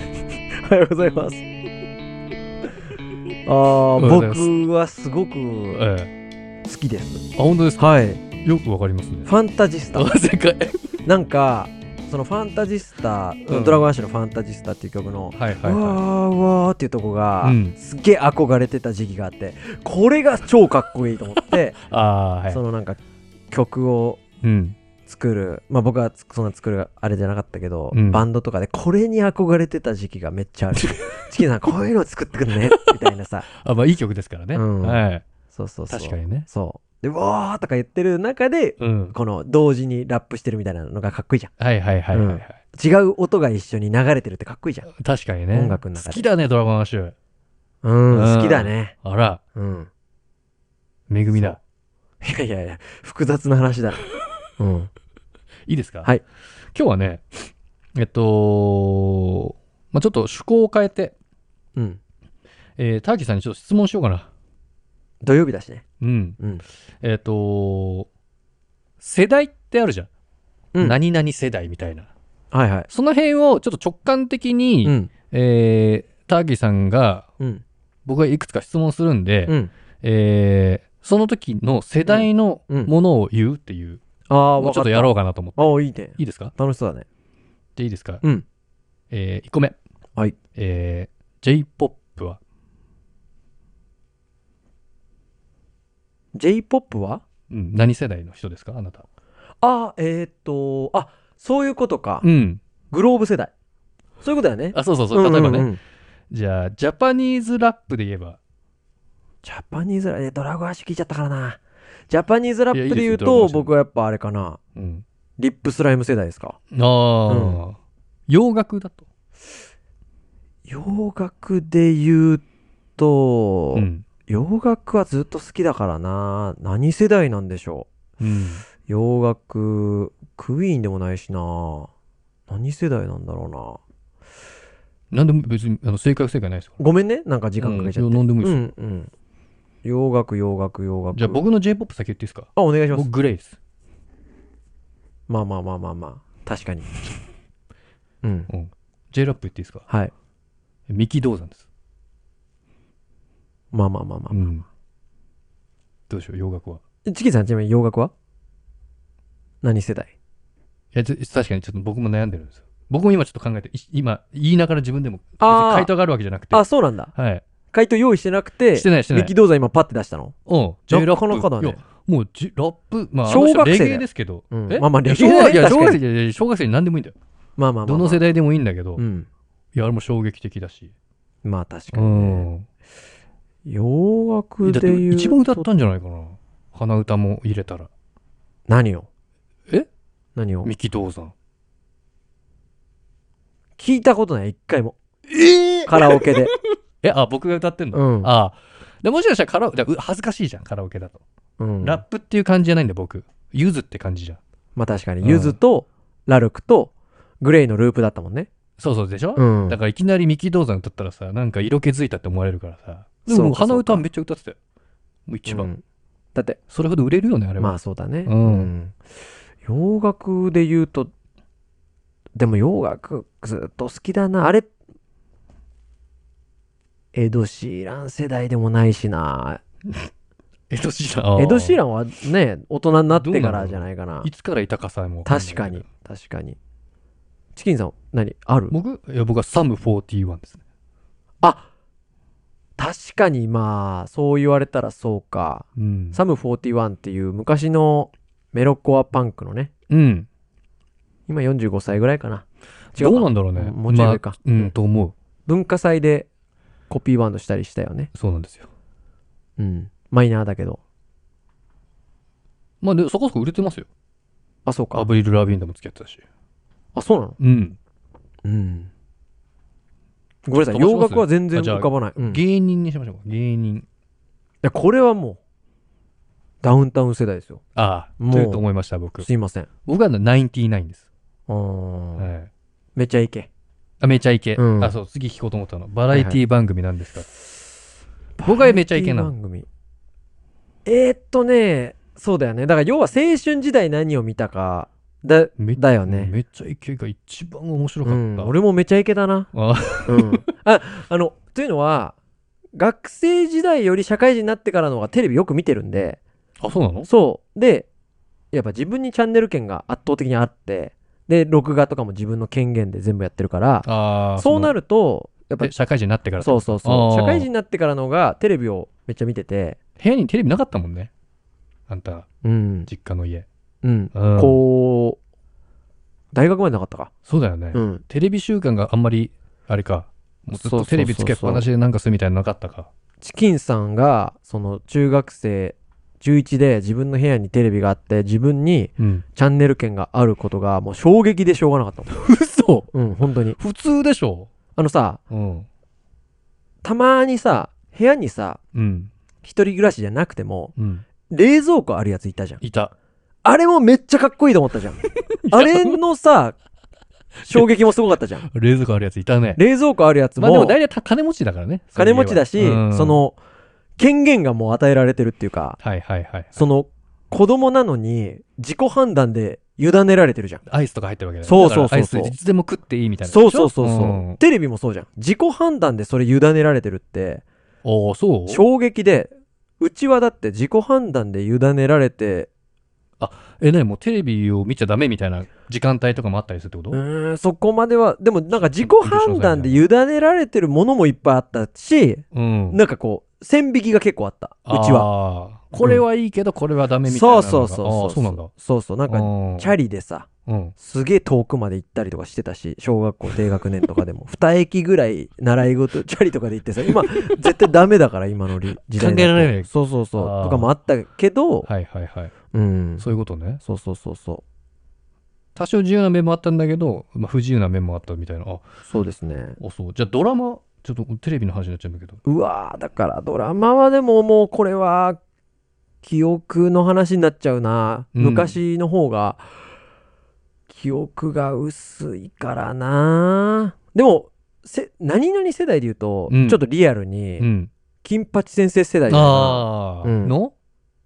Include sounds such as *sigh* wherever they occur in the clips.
おはようござい *laughs* ます。ああ、おはようございます僕はすごく好えきです。えあ、本当ですかはい、よくわかり *laughs* ますね。ファンタジスタ。正解。なんか、そのファンタジスタ、うんドラゴンアッシュのファンタジスタっていう曲の。はいはわいーはわーっていうとこが、うんすっげえ憧れてた時期があってこれが超かっこいいと思ってい。、ああ、 *laughs* はいそ。のなんか曲をうん。作るまあ僕はつそんな作るあれじゃなかったけど、うんバンドとかでこれに憧れてた時期がめっち *laughs* ゃあるチキンさんこういうの作ってくんねみたいなさあ、まあいい曲ですからね。うんはい。そうそうそう確かにね。そうでわーとか言ってる中でうん。この同時にラップしてるみたいなのがかっこいいじゃんはいはいはいはいはうんい。違う音が一緒に流れてるってかっこいいじゃん確かにね。音楽の中好できだね、ドラゴンアッシュ。うん、うん好きだねあら、うんめぐみだ。いやいやいや複雑な話だうんいいですかはい。今日はね、えっと、まあちょっと趣向を変えて、うんえー、ターキーさんにちょっと質問しようかな。土曜日だしねうん。うんえっと、世代ってあるじゃん。うん何々世代みたいな。はいはいその辺をちょっと直感的に、うんえーターキーさんがうん僕がいくつか質問するんで、うんえーその時の世代のうんうんものを言うっていう、ああもうわちかょっっとたやろうかなと思って。ああいいねいいですか楽しそうだねでいいですか、うんえー、1個目。はい。えー、J-POP は J-POP はうん何世代の人ですかあなた。あえーっとあそういうことか、うん。グローブ世代そういうことだよねあ、そうそうそう。例えばね。うんうんうんじゃあ、ジャパニーズラップで言えば。ジャパニーズラップドラゴン足聞いちゃったからなジャパニーズラップで言ういやいいとですよドラゴン足僕はやっぱあれかなうん。リップスライム世代ですあかあ、洋楽だと。洋楽で言うと、うん。洋楽はずっと好きだからな何世代なんでしょうん。う洋楽クイーンでもないしな何世代なんだろなんでも別にあの正解不正解ないですから。うなごめんねなんか時間かけちゃって、うん何でもいいですよ。うんうん洋楽洋楽洋楽じゃあ僕の J-POP 先言っていいですかあお願いします僕グレイス。まあまあまあまあまあ確かにうんうん。J ラップ言っていいですかはいミキ・ドーザンです。まあまあまあまあ、うん。どうしよう、洋楽は。チキンさんちなみに洋楽は何世代いや、ちょ確かにちょっと僕も悩んでるんですよ。僕も今ちょっと考えて、い今、言いながら自分でも、別あーに回答があるわけじゃなくて。あそうなんだはい。回答用意してなくてしてない、してない。力道山今パッて出したのうん、J ラップ。なかなかだねいや、もう、J、ラップ、まあ、小学生だよあの人レゲエですけど。うんえまあまあいやレゲエだね小学いや、確小か学生にいやいや、小学生に何でもいいんだよ。まあまあまあ、どの世代でもいいんだけど、ういんや、あれも衝撃的だし。まあ確かうにねん。洋楽だっでて、言うと一番歌ったんじゃないかな。鼻歌も入れたら。何をえ何をミキ・ドーザン。聞いたことない一回もえカラオケ *laughs* でえ、あ、僕が歌ってんの、うんああでもしかしたらカラオケ、だう恥ずかしいじゃん、カラオケだと。うんラップっていう感じじゃないんだよ、僕。ゆずって感じじゃん。まあ確かうんにゆずとラルクとグレイのループだったもんねそうそうでしょ、うんだからいきなりミキ・ドーザン歌ったらさ、なんか色気づいたって思われるからさ。でもそうもうかそうか鼻歌はめっちゃ歌ってたよ。もう一番。うんだってそれほど売れるよね、あれは。まあそうだね、うんうん洋楽で言うとでも洋楽ずっと好きだなあれエド・シーラン世代でもないしなエド・シーラン。エド・シーラランはね大人になってからどうなのじゃないかないつからいたかさえもわんない確けどかに。確かにチキンさん何ある僕いや僕はサム41ですね。あ確かにまあそう言われたらそうか、うん。サム41っていう昔のメロコアパンクのねうん。今45歳ぐらいかな違うかどうなんだろうね。うんもうちろんか、まあうん、と思文化祭でコピーバンドしたりしたよね。う。そうなんですよ。うん。マイナーだけど。まあ、でそこそこ売れてますよ。あ、そうアか。ブリル・ラビーンでも付き合ってたし。あ、そうなのうん。うん。ごめんなさい。飛ばし洋ます楽は全然あじゃあ浮かばない。うん、い芸人にしましょうか。芸人。や、これはもう、ダウンタウン世代ですよ。ああ、もうというと思いました、僕。すいません。僕は99です。うーん。はい。めっちゃいけ。あめちゃイケ、うんあそう次聞こうと思ったのバラエティ番組なんですか、僕はめちゃイケなバラエのティ番組。えー、っとね、そうだよね。だから要は青春時代何を見たかだ、めだよねめっちゃイケイが一番面白かうった。ん、俺もめちゃイケだな。あうん。あ、あの、というのは、学生時代より社会人になってからの方がテレビよく見てるんで、あ、そうなのそう。で、やっぱ自分にチャンネル権が圧倒的にあって、で、録画とかも自分の権限で全部やってるから、ああ。そうなる。ると、やっぱえ、社会人になってからそうそうあそう。ー社会人になってからの方がテレビをめっちゃ見てて、部屋にテレビなかったもんね。あんた、うん。実家の家。うん。うんこう、大学までなかったか。そうだよね。うん。テレビ習慣があんまり、あれか。もうずっそうそうそうとそうテレビつけっぱなしでなんかするみたいなのなかったか。チキンさんが、その中学生、11で自分の部屋にテレビがあって、自分にうん。チャンネル権があることが、もう衝撃でしょうがなかったもん。嘘うん、本当に。普通でしょあのさ、うん。たまにさ、部屋にさ、うん。一人暮らしじゃなくても、うん。冷蔵庫あるやついたじゃん。いた。あれもめっちゃかっこいいと思ったじゃん。 *laughs* あれのさ、衝撃もすごかったじゃん。冷蔵庫あるやついたね。冷蔵庫あるやつまあでもも、大体た金持ちだからね。金持ちだそういしう家は、そ、の、権限がもう与えられてるっていうか、うんはいはいはい。その、子供なのに、自己判断で委ねられてるじゃん。アイスとか入ってるわけだよねそうそうそうそうだからアイスいつでも食っていいみたいな。そうそうそうそう、んテレビもそうじゃん。自己判断でそれ委ねられてるって、おーそう衝撃で、うちはだって自己判断で委ねられて、え、なにもうテレビを見ちゃダメみたいな時間帯とかもあったりするってことうーん、そこまでは、でもなんか自己判断で委ねられてるものもいっぱいあったし、うん。なんかこう、線引きが結構あった、うちは。は。これはいいけど、これはダメみたいなそのうが。そうそうあーそうなんだ。そうそう、なんか、かチャリでさ、うん。すげえ遠くまで行ったりとかしてたし、小学校低学年とかでも、2駅 *laughs* ぐらい習い事、チャリとかで行ってさ、今、絶対ダメだから、今のり時代だと考えられないそうそうそうあー。とかもあったけど、はいはいはい。うん。そういうことね。そうそうそうそ多少自由な面もあったんだけど、まあ、不自由な面もあったみたいな。あ、う。そうですね。あそう。じゃあドラマ、ちょっとテレビの話になっちゃうんだけど。うわー、だからドラマはでももうこれは、記憶の話になっちゃうな。うん昔の方が、記憶が薄いからな。でも、せ何々世代で言うと、うんちょっとリアルに、うん。金八先生世代だなああ、うんの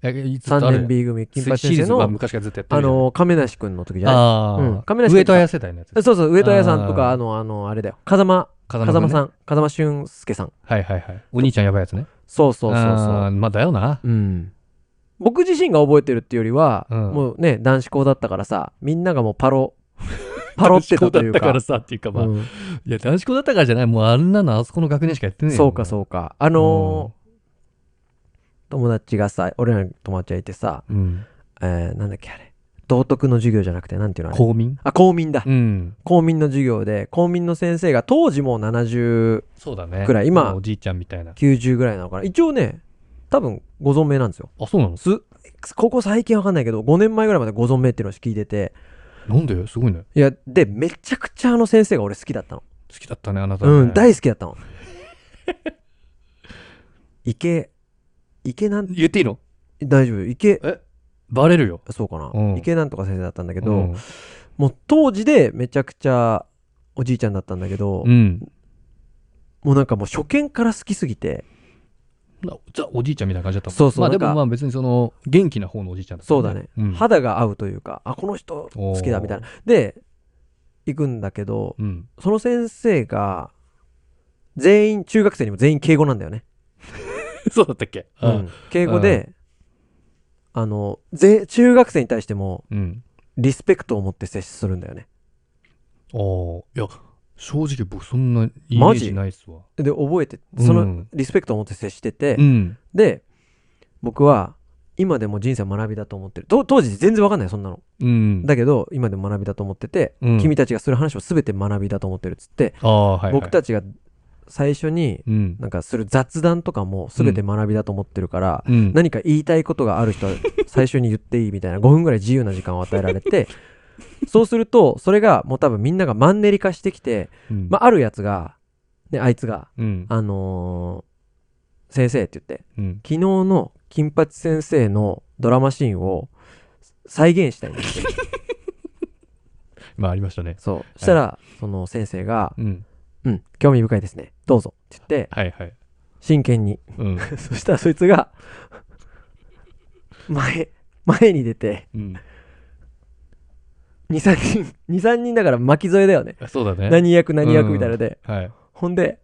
え、いつ3年 B 組金八シリ先ー生ズはの昔からずっとやってあるじゃん。の亀梨君の時じゃないああ、うん亀梨君上戸彩世代のやつです。そうそう上戸彩さんとかあーあのあのあれだよ風間風風間ん。さん風間俊介さんはいはいはい。お兄ちゃんやばいやつね。そうそうそうあそーまあだよな。ううん僕自身が覚えてるっていうよりは、うんもうね男子校だったからさみんながもうパロ *laughs* パロってたという男子校だったかからさっていうかまあ、いうんや男子校だったからじゃない、もうあんなのあそこの学年しかやってねえよそうかそうかあのー友達がさ俺らの友達がいてさ、うん。うん。えー、なんだっけあれ道徳の授業じゃなくてなんていうのあれ公民あ公民だうん。公民の授業で公民の先生が当時もう7090そうだね。くらい今まあおじいちゃんみたいな。ぐらいなのかな一応ね多分ご存命なんですよあ、そうなのすここ最近わかんないけど5年前ぐらいまでご存命っていうのを聞いててなんですごいね。いやでめちゃくちゃあの先生が俺好きだったの好きだったね、あなたね。うん大好好きだったの *laughs* 池池なんき。言っていいの大丈夫池えバレるよ。そうかな、うん池なんとか先生だったんだけど、うんもう当時でめちゃくちゃおじいちゃんだったんだけど、うん。もうなんかもう初見から好きすぎてなザ・おじいちゃんみたいな感じだったもんそうそうまあでもなんかまあ別にその元気な方のおじいちゃんだったそもうんだね、うん肌が合うというかあこの人好きだみたいなで行くんだけど *laughs* うん。その先生が全員中学生にも全員敬語なんだよね、そうだったっけう。ん敬語で、あのぜ中学生に対してもうん。リスペクトを持って接するんだよねああ、いや、正直僕そんなイメージないっすわ。で覚えてうんそのリスペクトを持って接してて、うん。で僕は今でも人生は学びだと思ってると当時全然わかんないそんなのうん。だけど今でも学びだと思ってて、うん君たちがする話を全て学びだと思ってるっつって、ああ、はい、はい。僕たちが最初にうん。なんかする雑談とかも全て学びだと思ってるから、うん。何か言いたいことがある人は最初に言っていいみたいな5分ぐらい自由な時間を与えられてそうするとそれがもう多分みんながマンネリ化してきて、うん、まあ、あるやつが、ね、あいつがうん「あのー先生」って言ってうん。昨日の金八先生のドラマシーンを再現したいんですよまあ、ありましたね。そうそしたら、その先生がうん。 「うん興味深いですねどうぞ」って言ってはいはい。真剣にうん。そしたらそいつが前前に出て *laughs* うん。 23人23人だから巻き添えだよねあそうだね。何役何役みたいなので、はい。ほんで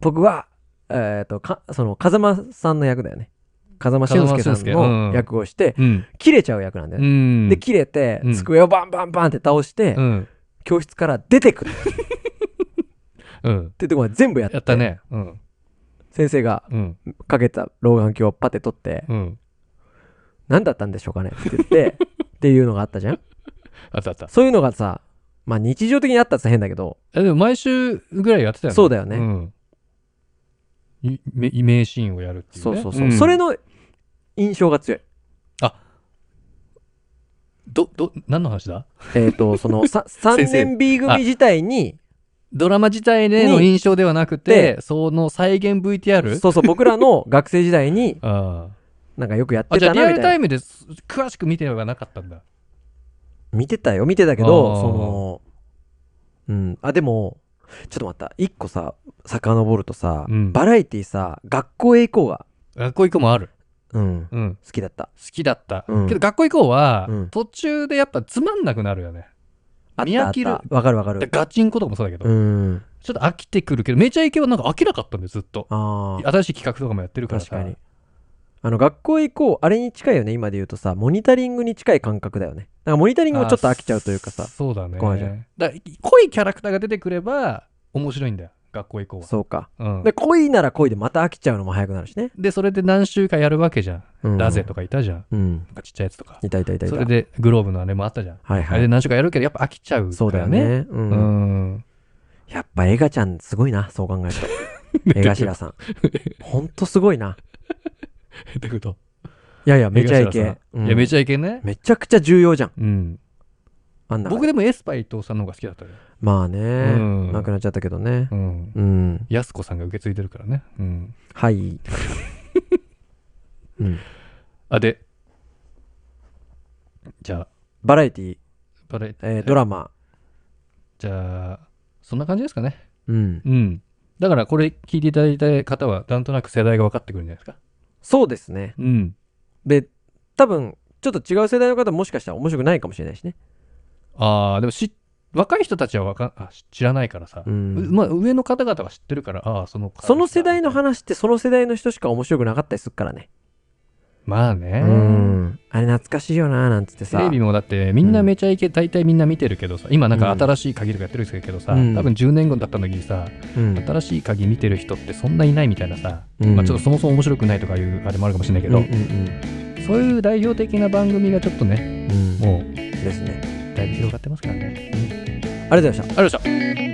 僕はえっ、とかその風間さんの役だよね風間俊介風さ間俊介んの役をして、うん。切れちゃう役なんだうよね、ん。で切れて、うん机をバンバンバンって倒して、うん。教室から出てくるっうん。ていうところまで全部やってやったね。うん。先生がうん。かけた老眼鏡をパッて取ってうん。何だったんでしょうかねって言って *laughs* っていうのがあったじゃんあったあった。そういうのがさまあ日常的にあったって変だけどえでも毎週ぐらいやってたよね。そうだよねうん。いめ名シーンをやるっていう、そうね。そうそう、んそれの印象が強いど、ど、何の話だえっ、とそ *laughs* のさ先3生年 B 組自体にドラマ自体でのに印象ではなくて、その再現 VTR? そうそう僕らの学生時代にああなんかよくやっあてじゃたあリアなルみたタいイなムで詳しく見てはなかったんだ。見てたよ見てたけあどーそのうんあでもちょっと待った一個さ遡るとさ、うんバラエティさ学校へ行こうが学校行こうもある。うんうん。好きだった好きだった。うんけど学校行こうは、うん途中でやっぱつまんなくなるよね。あっ見た飽あっきるたわかるわかでるガチンコとかもそうだけど、うんちょっと飽きてくるけど、めちゃイケはなんか飽きなかったんだよ、ずっと。ああ新しい企画とかもやってるから確さ。かにあの学校へ行こうあれに近いよね今で言うとさモニタリングに近い感覚だよねなんかモニタリングもちょっと飽きちゃうというかあさそうだね。怖いじゃんだから濃いキャラクターが出てくれば、面白いんだよ、学校行こうは。そうかうんで恋なら恋でまた飽きちゃうのも早くなるしね、で、それで何週かやるわけじゃん。うん、ラゼとかいたじゃん。うんなんかちっちゃいやつとか。いたいたいたいたそれでグローブのあれもあったじゃん。はいあはれでい何週かやるけど、やっぱ飽きちゃうからね。そうだよね、ううんん。やっぱエガちゃんすごいなそう考え *laughs* るとエガシラさんほんとすごいなってこといやいやめちゃイ江ケ頭、さんいや、めゃちゃイケね。めちゃくちゃ重要じゃんうん。あんな僕でもエスパー伊藤さんの方が好きだったよ。まあね、うんなくなっちゃったけどねうん。うんやす子さんが受け継いでるからね。うん。はい *laughs* うんあ、で、じゃあ、バラエティ、バレ、えードラマ、じゃあ、そんな感じですかね。うん、うん。だからこれ聞いていただいた方は、なんとなく世代が分かってくるんじゃないですか。そうですねうん。で多分ちょっと違う世代の方もしかしたら面白くないかもしれないしねああ、でもし、若い人たちはわかんあし知らないからさ、うんうまあ、上の方々は知ってるから、ああ、その方その世代の話ってその世代の人しか面白くなかったりするからねまあね。うんあれ懐かしいよななんつってテさレビもだってみんなめちゃイケ、大体みんな見てるけどさ今なんか新しい鍵とかやってるけどさ、うん多分10年後だった時にさ、うん新しい鍵見てる人ってそんないないみたいなさ、うんまあ、ちょっとそもそも面白くないとかいうあれもあるかもしれないけど、うんうんそういう代表的な番組がちょっとねうんうんもうですねだいぶ広がってますからね、ありがとうございましたありがとうございました